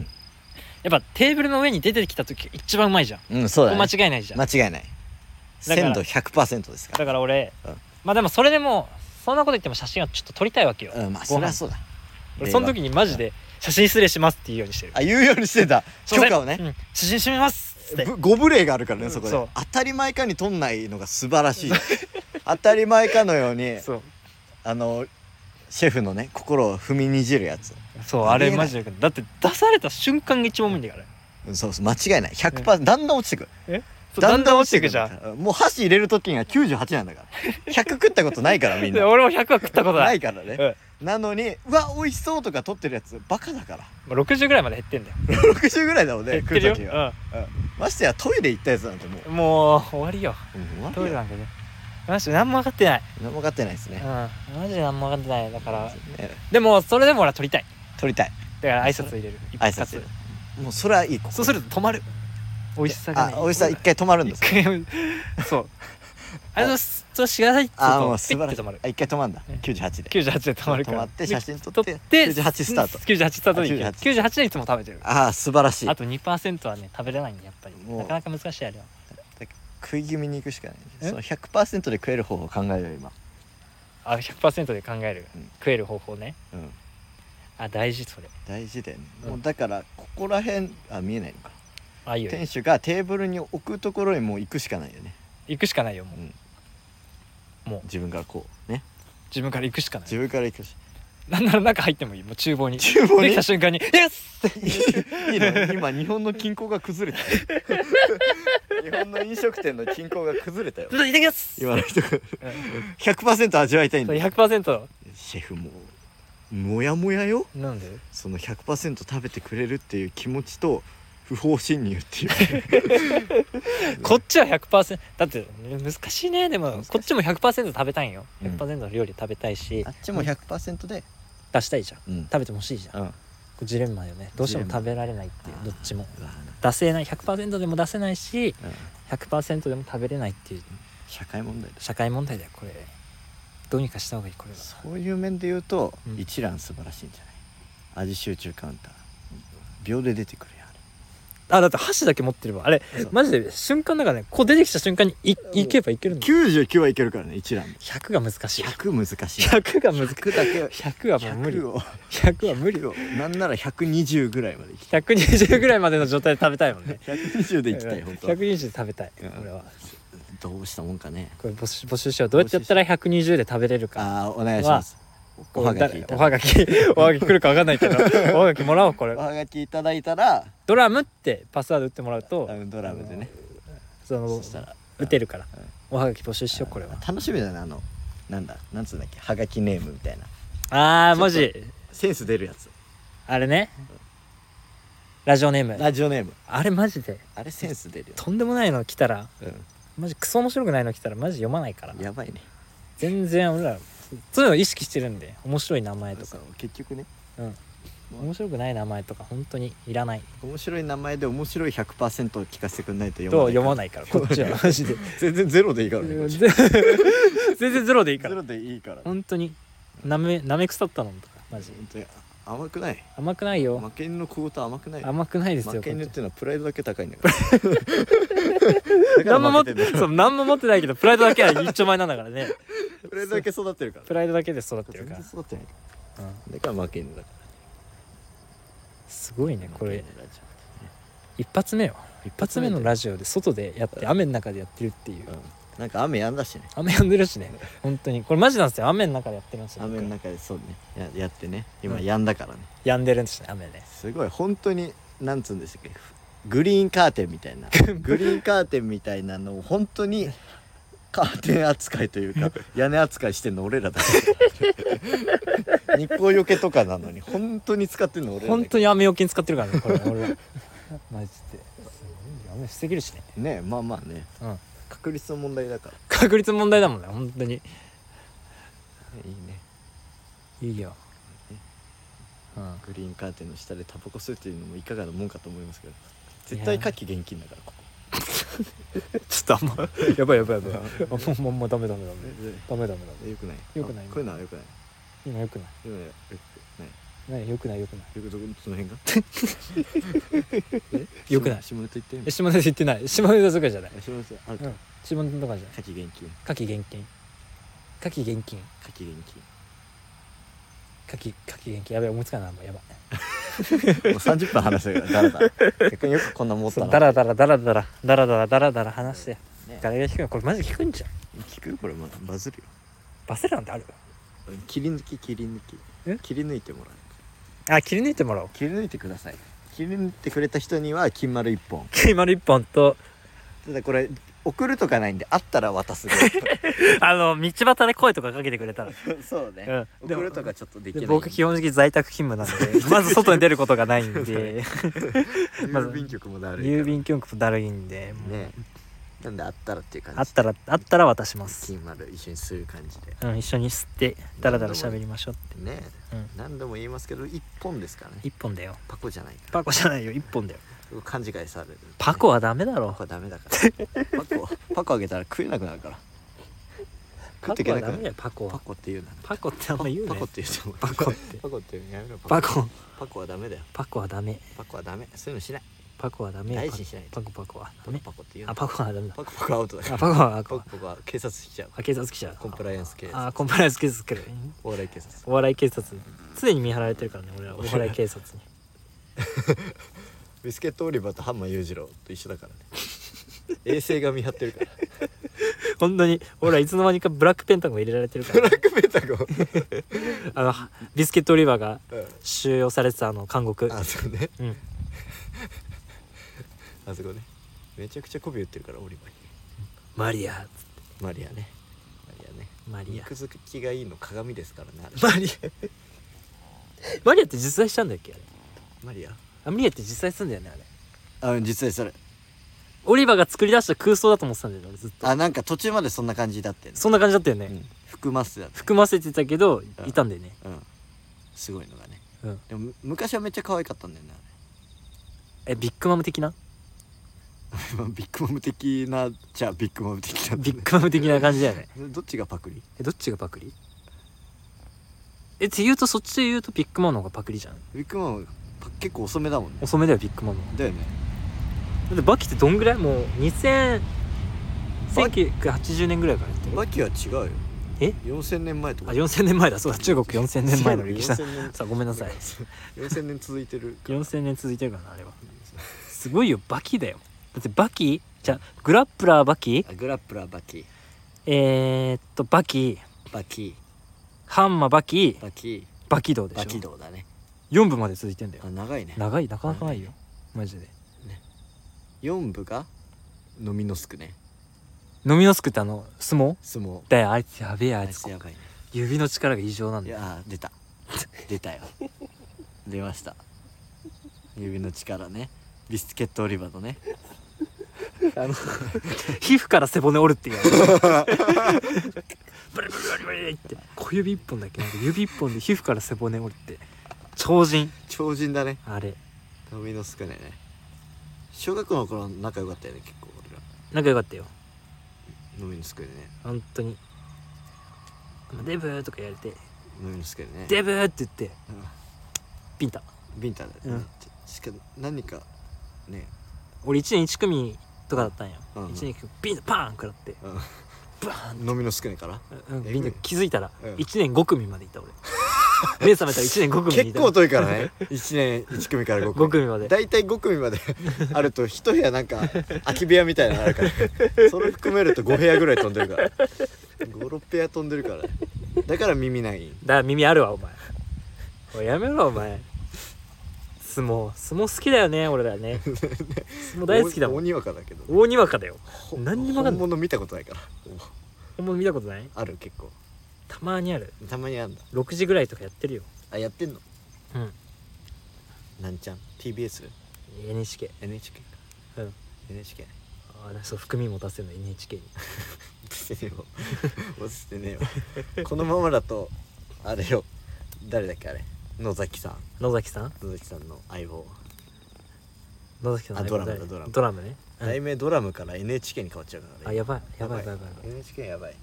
やっぱテーブルの上に出てきた時が一番うまいじゃん、
うんそうだ
こ
ね
れ間違いないじゃん、
間違いな
だ
い
から
鮮度100%ですか
だから俺、
うん
まあでもそれでもそんなこと言っても写真はちょっと撮りたいわけよ、
らうんまあ
ご
そりゃ
飯
そうだ
俺その時にマジで「写真失礼します」って言うようにしてる
あ言うようにしてた
すい
許
ません
可をね
うん写真閉めますって
ぶご無礼があるから
う
ね
ん
そこで
そう
当たり前かに取んないのが素晴らしい当たり前かのように
そう
あのシェフのね心を踏みにじるやつ
そう
あ
あ
りえ
れ
な
マ
い
ジでだって出された瞬間が一番重いんだから
うんそうそう間違いない100%だんだん落ちてくる
そうだんだん落ちてくじゃん
んもう箸入れる時には98なんだから100食ったことないからみ
(laughs)
ん
で
な
俺も100は食ったことな
ないいからね、
うん
なのにうわ美味しそうとか取ってるやつバカだから
もう60ぐらいまで減ってんだよ
60ぐらいだもんね
(laughs) 減っ
食う
てるよ
時は、うんましてやトイレ行ったやつなんてもう
うんもう終わりよ
うん終わり
ト
だ
イレ
よ
なんかねマジで何も分かってない
何も分かってないです
う
ね
ん、マジで何も分かってないだから
ね
でもそれでも俺は撮りたい
撮りたい
だから挨拶入れる一
挨
発
拶もうそれはいい
そうすると止まる美味しさがね
あ美味しさ一回止まるんで
一
すか
回
(laughs)
そうあのそうしてくださいって
あーもう素晴らしい
止まる
あ一回止まるんだ
うん
98で
98で止まるか
止
ら
まって写真撮
撮
っ
ってて
98スタート
98スタートでいい
98
98でいつも食べてる
ああ素晴らしい
あと2%はね食べれないんでやっぱり
もう
なかなか難しいあれは
食い気味に行くしかない
え
その100%で食える方法を考えるよ今、
あ100%で考える、
うん
食える方法ね
うん、
あ大事それ
大事だよね、
うん
もうだからここら辺あ見えないのか
あいいよいいよ
店主がテーブルに置くところにもう行くしかないよね、
行くしかないよもう
うん、
もう
自分からこうね
自分から行くしかない
自分から行く (laughs) し
なんなら中入ってもいいもう厨房に
厨房
で
に
きた瞬間に「イエス!」って
いいの今日本の均衡が崩れた日本の飲食店の均衡が崩れたよ
「いただきます!」
(laughs) 今の人が
うん
100%味わいたいん
そ
だ
う
よ
100%
シェフももやもやよ
なんで
その100%食べてくれるっていう気持ちと不法侵入っていう
こっちは100%だって難しいねでも
難しい
こっちも100%食べたいんよ
うん
100%の料理食べたいし、
(laughs) あっちも100%で、
出したいじゃん
うん
食べてほしいじゃん
うん、
これジレンマよねどうしても
ジレン
食べられないっていうどっちも
うわ
出せない100%でも出せないし
なうん
100%でも食べれないっていう
社会問題だ
社会問題だよこれどうにかした方がいいこれは
そういう面で言うと、
うん
一蘭素晴らしいんじゃない味集中カウンター秒で出てくるやんあ
あ
れ
だって箸だけ持ってればあれ
そう
マジで瞬間だからねこう出てきた瞬間にい
うん
いけばいけるの
99はいけるからね一蘭
100が難しい
100難 (laughs) しい
100が難しい
100だけ
100はもう無理
100を
100は無理
100をなんなら120ぐらいまでいきたい
120ぐらいまでの状態で食べたいもんね
120でいきたい本当は
120で食べたい
うん
これは
どうしたもんかね
これ募集募集しようどうやってやったら120で食べれるか
ああお願いしますおはがき
お
いただ
はがきおはがき来るか分かんないけ
(laughs)
どおはがきもらおうこれ
おはがきいただいたら
ドラムってパスワード打ってもらうと
あのドラムでね
その
そしたら
打てるから
うん
おはがき募集しようこれは
楽しみだねあのなんだなんつうんだっけはがきネームみたいな
あー文
ちょっ
字
センス出るやつ
あれねラジオネーム
ラジオネーム
あれマジで
あれセンス出るよ、
とんでもないの来たら
う
マジクソ面白くないの来たらマジ読まないから
ん、やばいね
全然俺らそういうの意識してるんで面白い名前とか
そう結局ね
面白くない名前とか本当にいらない
面白い名前で面白い100%を聞かせてくんないと
と読
(laughs) 読
ま
まな
な
い
いからこっちはマジで
全然ゼロでいいからねこっちゼ
全然ゼロでいいから
ロでいいからね
本当になめなめ腐ったのとかマジ
本当に甘くない
甘くないよ
負け犬のクォーター甘くない
甘くないです
負
よ
け犬っ
こ
ていうのはプライドだけ高いんだから
っち何も持っ
(laughs) だから負け
て
てんだ
そ
よ
う何も持ってないけどプライドだけは一丁前なんだからね
プライドだけ育ってるか
(laughs)
ら
プライドだけで育ってる
全
か
然
ら、
育ってない
うん
だから負け犬だか
すごい
ら
ねこれ
負け犬ラジ
一発目よ
オ一
一発目のラジオで外でやって雨の中でやってるっていう
うんなんか雨やんだしね
雨やんでるしね本当にこれマジなんですよ雨の中でやってるんですよ
雨の中でそうねややってね今
うん
やんだからね、
やんでるんですね雨ね
すごい本当になんつうんでしたっけグリーンカーテンみ
(laughs)
たいなグリーンカーテンみたいなのを本当にカーテン扱いという
(laughs)
か屋根扱いしてんの俺らだけ日光よけとかなのに本当に使ってんの俺ら
本
だ
当
け
に雨よけに使ってるからね (laughs) これ俺らマジですごい雨防げるしね
ねまあまあね
うん
確率の問題だから
確率問題だもんね本当に
いいね
いいようん
グリーンカーテンの下でタバコ吸うっていうのもいかがなもんかと思いますけど絶対夏季現金だからここ
(laughs) ちょっとあんまやばいやばいやばいあもうもうもうダメダメダメダメダメダメ
よくない
良くない
あこういうのはよくない
今よくな
よくないよくない
いねよくないよくない
よくどこその辺が (laughs) え
よくない
下ネタ言ってる
え下ネタ言ってない下ネタとかじゃない、
下ネタある
う
か
ん、下ネタとかじゃない
夏季現金
夏季現金夏季現金
夏季現
夏季夏季現金やべえ思いつかないなもうやばい
金もう30分話せるからだらだら逆によくこんな持った
そう
な
ダラダラダラダラダラダラダラダラ話して
ね
誰が聞くのこれマジ聞くんじゃん
聞くこれまバズるよ
バセランってある
切り抜き切り抜き
え
切り抜いてもらう
あ切り抜いてもらおう
切り抜いてください切り抜いてくれた人には金丸一本
金丸一本と
ただこれ送るとかないんであったら渡すぐ
あの道端で声とかかけてくれたら
らい (laughs) そうね
うんでも
送るとかちょっとできない
で僕基本的に在宅勤務なんでまず外に出ることがない (laughs) んでまず
郵便局もだるいから
郵便局もだるいんでもう
ねなんであったらっていう感じ
あったらあったら渡します、
金丸一緒にする感じで
うん、一緒に吸ってダラダラ喋りましょう
ね
うん
何度も言いますけど一本ですからね
一本だよ
パコじゃないから
パコじゃないよ一本だよ
勘違いされる
パコはダメだ
パ
ろ
コはダメだからパコパコあげたら食えなくなるから食
パ
ってい
コ
け
は
なく
ダ
な
メだよ
る
パコ
パ
は
コって言うな
パコってあんま言う
パ
ね
コって言うと思う
パコって
パコって言うのやめろ
パコ
パコはダメだよ
パコはダメ
パコはダメそういうのしない
パコはダメよ
大事にしない
パ
と
コパコはダ
パコ
メ
パコって言う
あ
の
パコはダメだ
パコパコアウトだから
あパコはパコ
パコ
は
パコは警察来ちゃう
あ警察来ちゃう
コンプライアンス警察
あコンプライアンス警察来る
お笑い警察
お笑い警察に常に見張られてるからね俺はお笑い警察
(laughs)
に
ビスケットオリバーとハンマー裕次郎と一緒だからね衛星が見張ってるから
本当に俺はいつの間にかブラックペンタゴン入れられてるか
ブ
らね、
ラ (laughs) ックペタゴン
あのビスケットオリバーが
う
収容されてたあの監獄
んあそこね
うん
あそこねめちゃくちゃ媚び売ってるからオリバーに
マリア
マリアねマリアね
マリア
肉付きがいいの鏡ですからねあ
(laughs)
れ
マリアマリアって実在したんだっけあれ
マリア
あマリアって実在すんだよねあれ
あ実際それ
オリバーが作り出した空想だと思ってたんだよね俺ずっと
あなんか途中までそんな感じだって
そんな感じだったよね、
うん含ますだね
含ませてたけどいたんだよね
うんすごいのがね
うん
でも昔はめっちゃ可愛かったんだよね (laughs)
えビッグマム的な
あれビッグマム的なじゃあビッグマム的な
ビッグマム的な感じだよね
どっちがパクリ
(laughs) えどっちがパクリえって言うとそっちで言うとビッグマムの方がパクリじゃん
ビッグマムパ結構遅めだもんね
遅めだよビッグマムは
だよね
だってバキってどんぐらいもう2000
バ
1980年ぐらいからやってる
バキは違うよ
え
4000年前と
あ
か
4000年前だそうだ中国4000年前の歴史だ
4000年
さあごめんな (laughs) さい
4000年続いてるから
4000年続いてるからなあれはすごいよバキだよだってバキじゃあグラップラーバキ
あグラップラーバキ
えー、っとバキ
バキ
ハンマーバキ
バキ
バキ道でし
バキ
ょ
道だね
4部まで続いてんだよ
あ長いね
長いなかなかないよマジで
4部がノミノスクね
飲みのすくってあの相撲
相撲
だよあいつやべえあ
あ
い
い
つ
つやばいね
指の力が異常なん
い
だよ
やあ出 (laughs) た出たよ出ました指の力ねビスケットオリバーのねあの
皮膚から背骨折るっていうやつブリブリブリブリって小指一本だっけなんか指一本で皮膚から背骨折るって超人
超人だね
あれ
ノミノスクね小学校の頃仲良かったよね結構俺ら
仲良かったよ
ノミノスクでね
本当にデブーとか言われて
ノミノスクでね
デブーって言って
うん
ピンタ
ビンタだよね、
うん
しか何かね
俺1年1組とかだったんや、
うんうん
1年1組ピンタパーン食らって (laughs) バーン
飲みの少ねから
うん、
え
みんな気づいたら
うん
1年5組までいた俺 (laughs) 目覚めたら1年5組にい
結
た
構遠いから
(laughs)
ね1年1組から5組
5組まで
大体5組まであると1部屋なんか空き部屋みたいなのあるからそれ含めると5部屋ぐらい飛んでるから56部屋飛んでるからねだから耳な
だ
い
から耳あるわお前おいやめろお前相撲相撲好きだよね
(laughs)
俺らね相撲大好きだも
大
ん
にわかだけど
大にわかだよ
ほ
何にもわかんない
本物見たことないから
本物見たことない
ある結構
たまにある
たまにあるんだ
6時ぐらいとかやってるよ
あやってんの
うん
なんちゃん TBS?NHK
NHK うん
NHK
あああそう含み持たせるの NHK に
落ち (laughs) てねえわ落ちてねえわこのままだとあれよ誰だっけあれ野崎さん
野崎さん
野崎さんの相棒、
野崎さんの
あドラムだ
誰
ドラム
ドラムね、うん
題名ドラムから NHK に変わっちゃうから
あやばいやばいやばいやばい
NHK やばい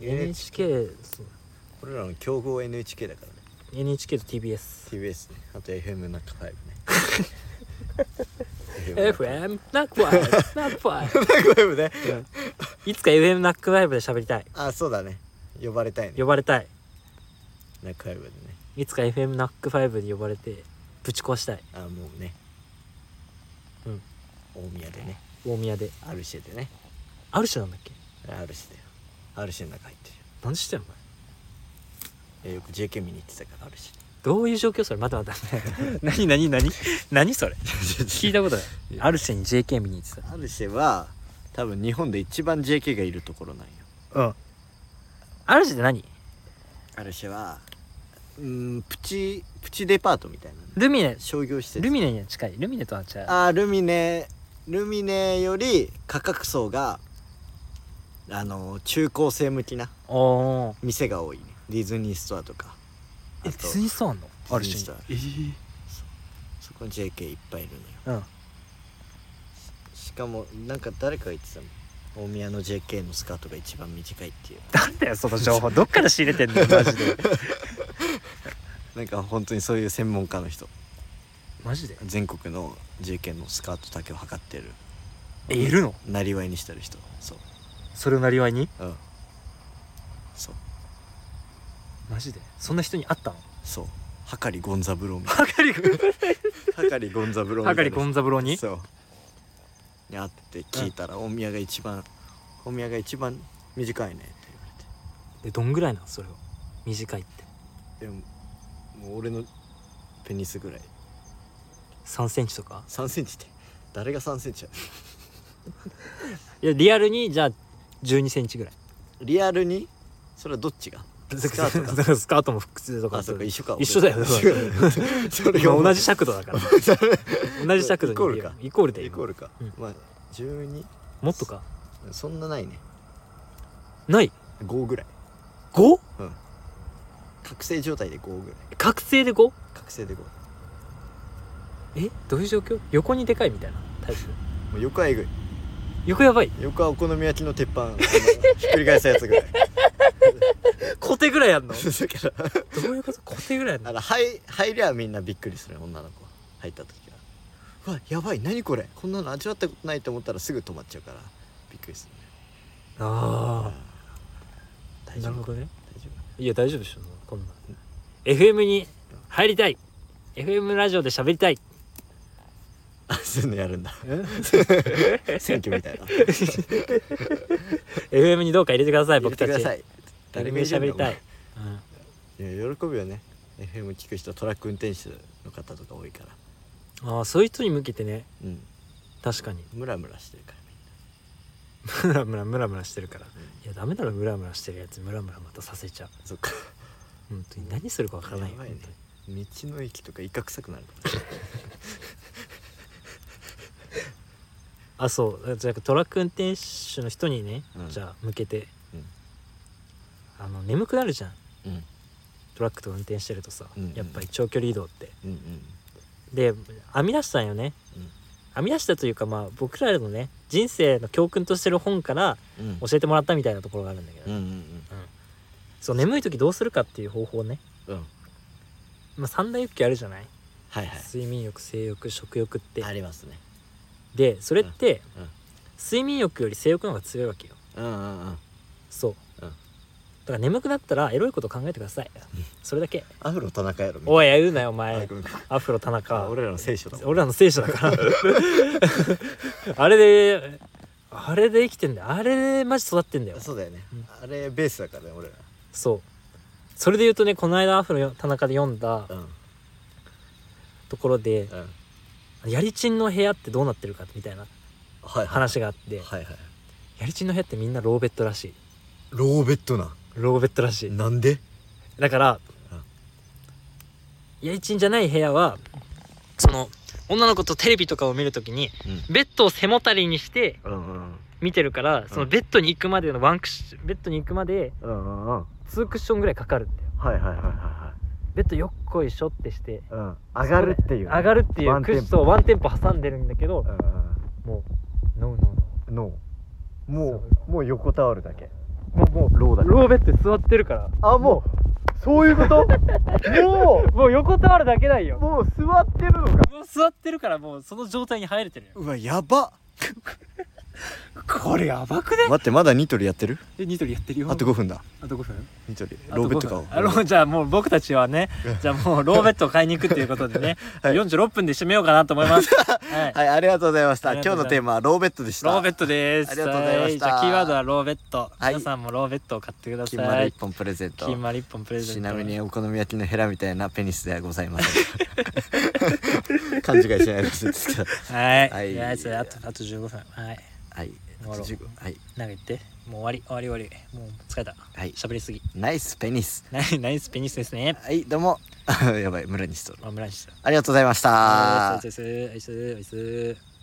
NHK そう
これらの競合 NHK だからね
NHK と TBS
TBS ねあと FM なんか5ね
(laughs) FM ナックファイブナックファイブ
FM ね
(laughs) いつか FM ナックファイブで喋りたい
あそうだね呼ばれたいね
呼ばれたい
なんか5でね
いつか FM ナックファイブに呼ばれてぶち壊したい
あもうね
うん
大宮でね
大宮で
RC でね
ある種なんだっけ
RC だよ RC の中入ってるよ
何してんのお前
いやよく JK 見に行ってたから RC
どういう状況それ待って待って (laughs) 何何何何それ (laughs) 聞いたことないある種に JK 見に行って
RC は多分日本で一番 JK がいるところなんよ
たうんある種って何
RC はうーんプチプチデパートみたいなね
ルミネ
商業施設
ルミネには近いルミネとは違う
あールミネルミネより価格層があの中高生向きな
おお
店が多いねディズニーストアとか
え
あと
ツイストアんのある
ディズニ
種
ース
に
トア
え
そこに JK いっぱいいるの
えう
よ
ん
しかもなんか誰かが言ってたの大宮の JK のスカートが一番短いっていう
(laughs) なんだよその情報どっから仕入れてんのマジで
なんか本当にそういう専門家の人
(laughs) マジで
全国の JK のスカート丈を測ってる
えいるの
なりわいにしてる人そう
それをなりわいに
うんそう
マジでそんな人に会った (laughs) の
そうはかりゴンザブローみたい
はかり
な (laughs) はかりゴンザブロー
は
み
か
た
り
いな人
ゴンザブロに
そうに会って聞いたら大宮が一番大宮が一番短いねって
えどんぐらいなのそれは短いって
言われてでももう俺のペニスぐらい
3センチとか
3センチって誰が3センチや
いやリアルにじゃあ12センチぐらい
リアルにそれはどっちがス
(laughs)
カートが
スカートも複数とか
あそっか一緒か
一緒だよだ
俺
から
一緒 (laughs) それが
今同じ尺度だから (laughs) 同じ尺度に
イコールか
イコールで
イコールか、
うん
まあ12
もっとか
そんなないね
ない
5ぐらい
5?
うん覚醒状態で5ぐらい
覚醒で 5?
覚醒で5も
えどういう状況横にでかいみたいなタイプ
う横はえぐい
横やば (laughs) い
横はお好み焼きの鉄板あのひっくり返したやつ
(laughs)
ぐらい
コテぐらいやんのど
だから
ういうことコテぐらいやんの
あの入入りゃみんなびっくりする女の子は入った時はうわやばい何これこんなの味わったことないと思ったらすぐ止まっちゃうからびっくりするね
ああ
大
なる
丈夫
ほ
か
どね
大丈夫
いや大丈夫でしょこんなん FM に入りたい FM ラジオで喋りたい
あそういうのやるんだ (laughs) 選挙みたいな
FM にどうか入れてください
入れ
僕た
てく
ち
ださい
誰も
誰もいる
喋
んだ
り
もん
たい、
いや喜ぶよね FM 聞く人トラック運転手の方とか多いから
うん、ああそういう人に向けてね
うん
確かに
ムラムラしてるからみん
ムラムラムラムラしてるから
な、
いやダメだろムラムラしてるやつムラムラまたさせちゃう
そっか
本当に何するかわからない
や
よ、
ばいね
本当に
道の駅とかイカ臭くなるから
あそうじゃあトラック運転手の人にね、
うん
じゃあ向けて、
うん
あの眠くなるじゃん
うん
トラックと運転してるとさ、
うんうん
やっぱり長距離移動って
うんうん
で編み出したんよね編み出したというかまあ僕らのね人生の教訓としてる本から
うんうん
教えてもらったみたいなところがあるんだけど、
うんうん
そう眠い時どうするかっていう方法ね、
うんうん
まあ、三大欲求あるじゃない、
はいはい
睡眠欲性欲食欲って
ありますね
でそれって、
うんうん
睡眠欲より性欲の方が強いわけよ
うんうんうん
そう、
うん
だから眠くなったらエロいこと考えてくださいそれだけ
アフロ田中やろみたいな
おい言うなよお
あ
前
ごめんごめん
アフロ田中
俺らの聖書だもん
俺らの聖書だから
(laughs)
あれであれで生きてんだよあれでマジ育ってんだよ
そうだよね
うん
あれベースだからね俺ら
そうそれで言うとねこの間アフロ田中で読んだ
うん
ところで
うん
やりちんの部屋ってどうなってるかみたいな
はいはい
話があって
はいはい
やりちんの部屋ってみんなローベットらしい
ローベットな
ローベットらしい
なんで
だから
うん
やりちんじゃない部屋はその女の子とテレビとかを見るときに、
う
ベッドを背もたれにして
うんうん
見てるからそのベッドに行くまでのワンクッションベッドに行くまで
うんうんうん
2クッションぐらいかかるんだよ
はいはいはいはいは
ベッドよっこいしょってして
いうん上がるっていう
上がるってい
ワ
う
ン
ク
テンポ
ッションをワンテンポ挟んでるんだけど
うんうん
もうノーノーノ
うんのもうもう横たわるだけ
ーもうもう
ローだけ
ローベッドで座ってるから
あもうそういうことも
もう横たわるだけないよ
うもう座ってるのか
もう座ってるからもうその状態に入れてるよ
うわやば
これやばくね
待ってまだニトリやってる
えニトリやってるよ
あと5分だ
あと5分
ニトリローベットかを
あローじゃあもう僕たちは (laughs) ねじゃあもうローベットを買いに行くっていうことで (laughs) ね、
はい
46分で締めようかなと思い (laughs) ます、はい
はいありがとうございました
ありがとう
今日
ご
の
ざ
テ
い
ーマはローベットでした
ローベットです
ありがとうございました
はじゃあキーワードはローベット、
はい
皆さんもローベットを買ってくだ
金丸
さい
一本プレゼント
金丸一本プレゼント
ちなみにお好み焼きのヘラみたいなペニスではございませ (laughs) ん勘違いしないでほしいですけど
はい、
はい
いやそれあとあと15分はい
はい
終わろう
15はい
なんか言ってもう終わり終わり終わりもう疲れた
はい
喋りすぎ
ナイスペニス
ナイナイスペニスですね
はいどうも (laughs) やばい村にしとる
オムライス
ありがとうございました
おいすおいすおいす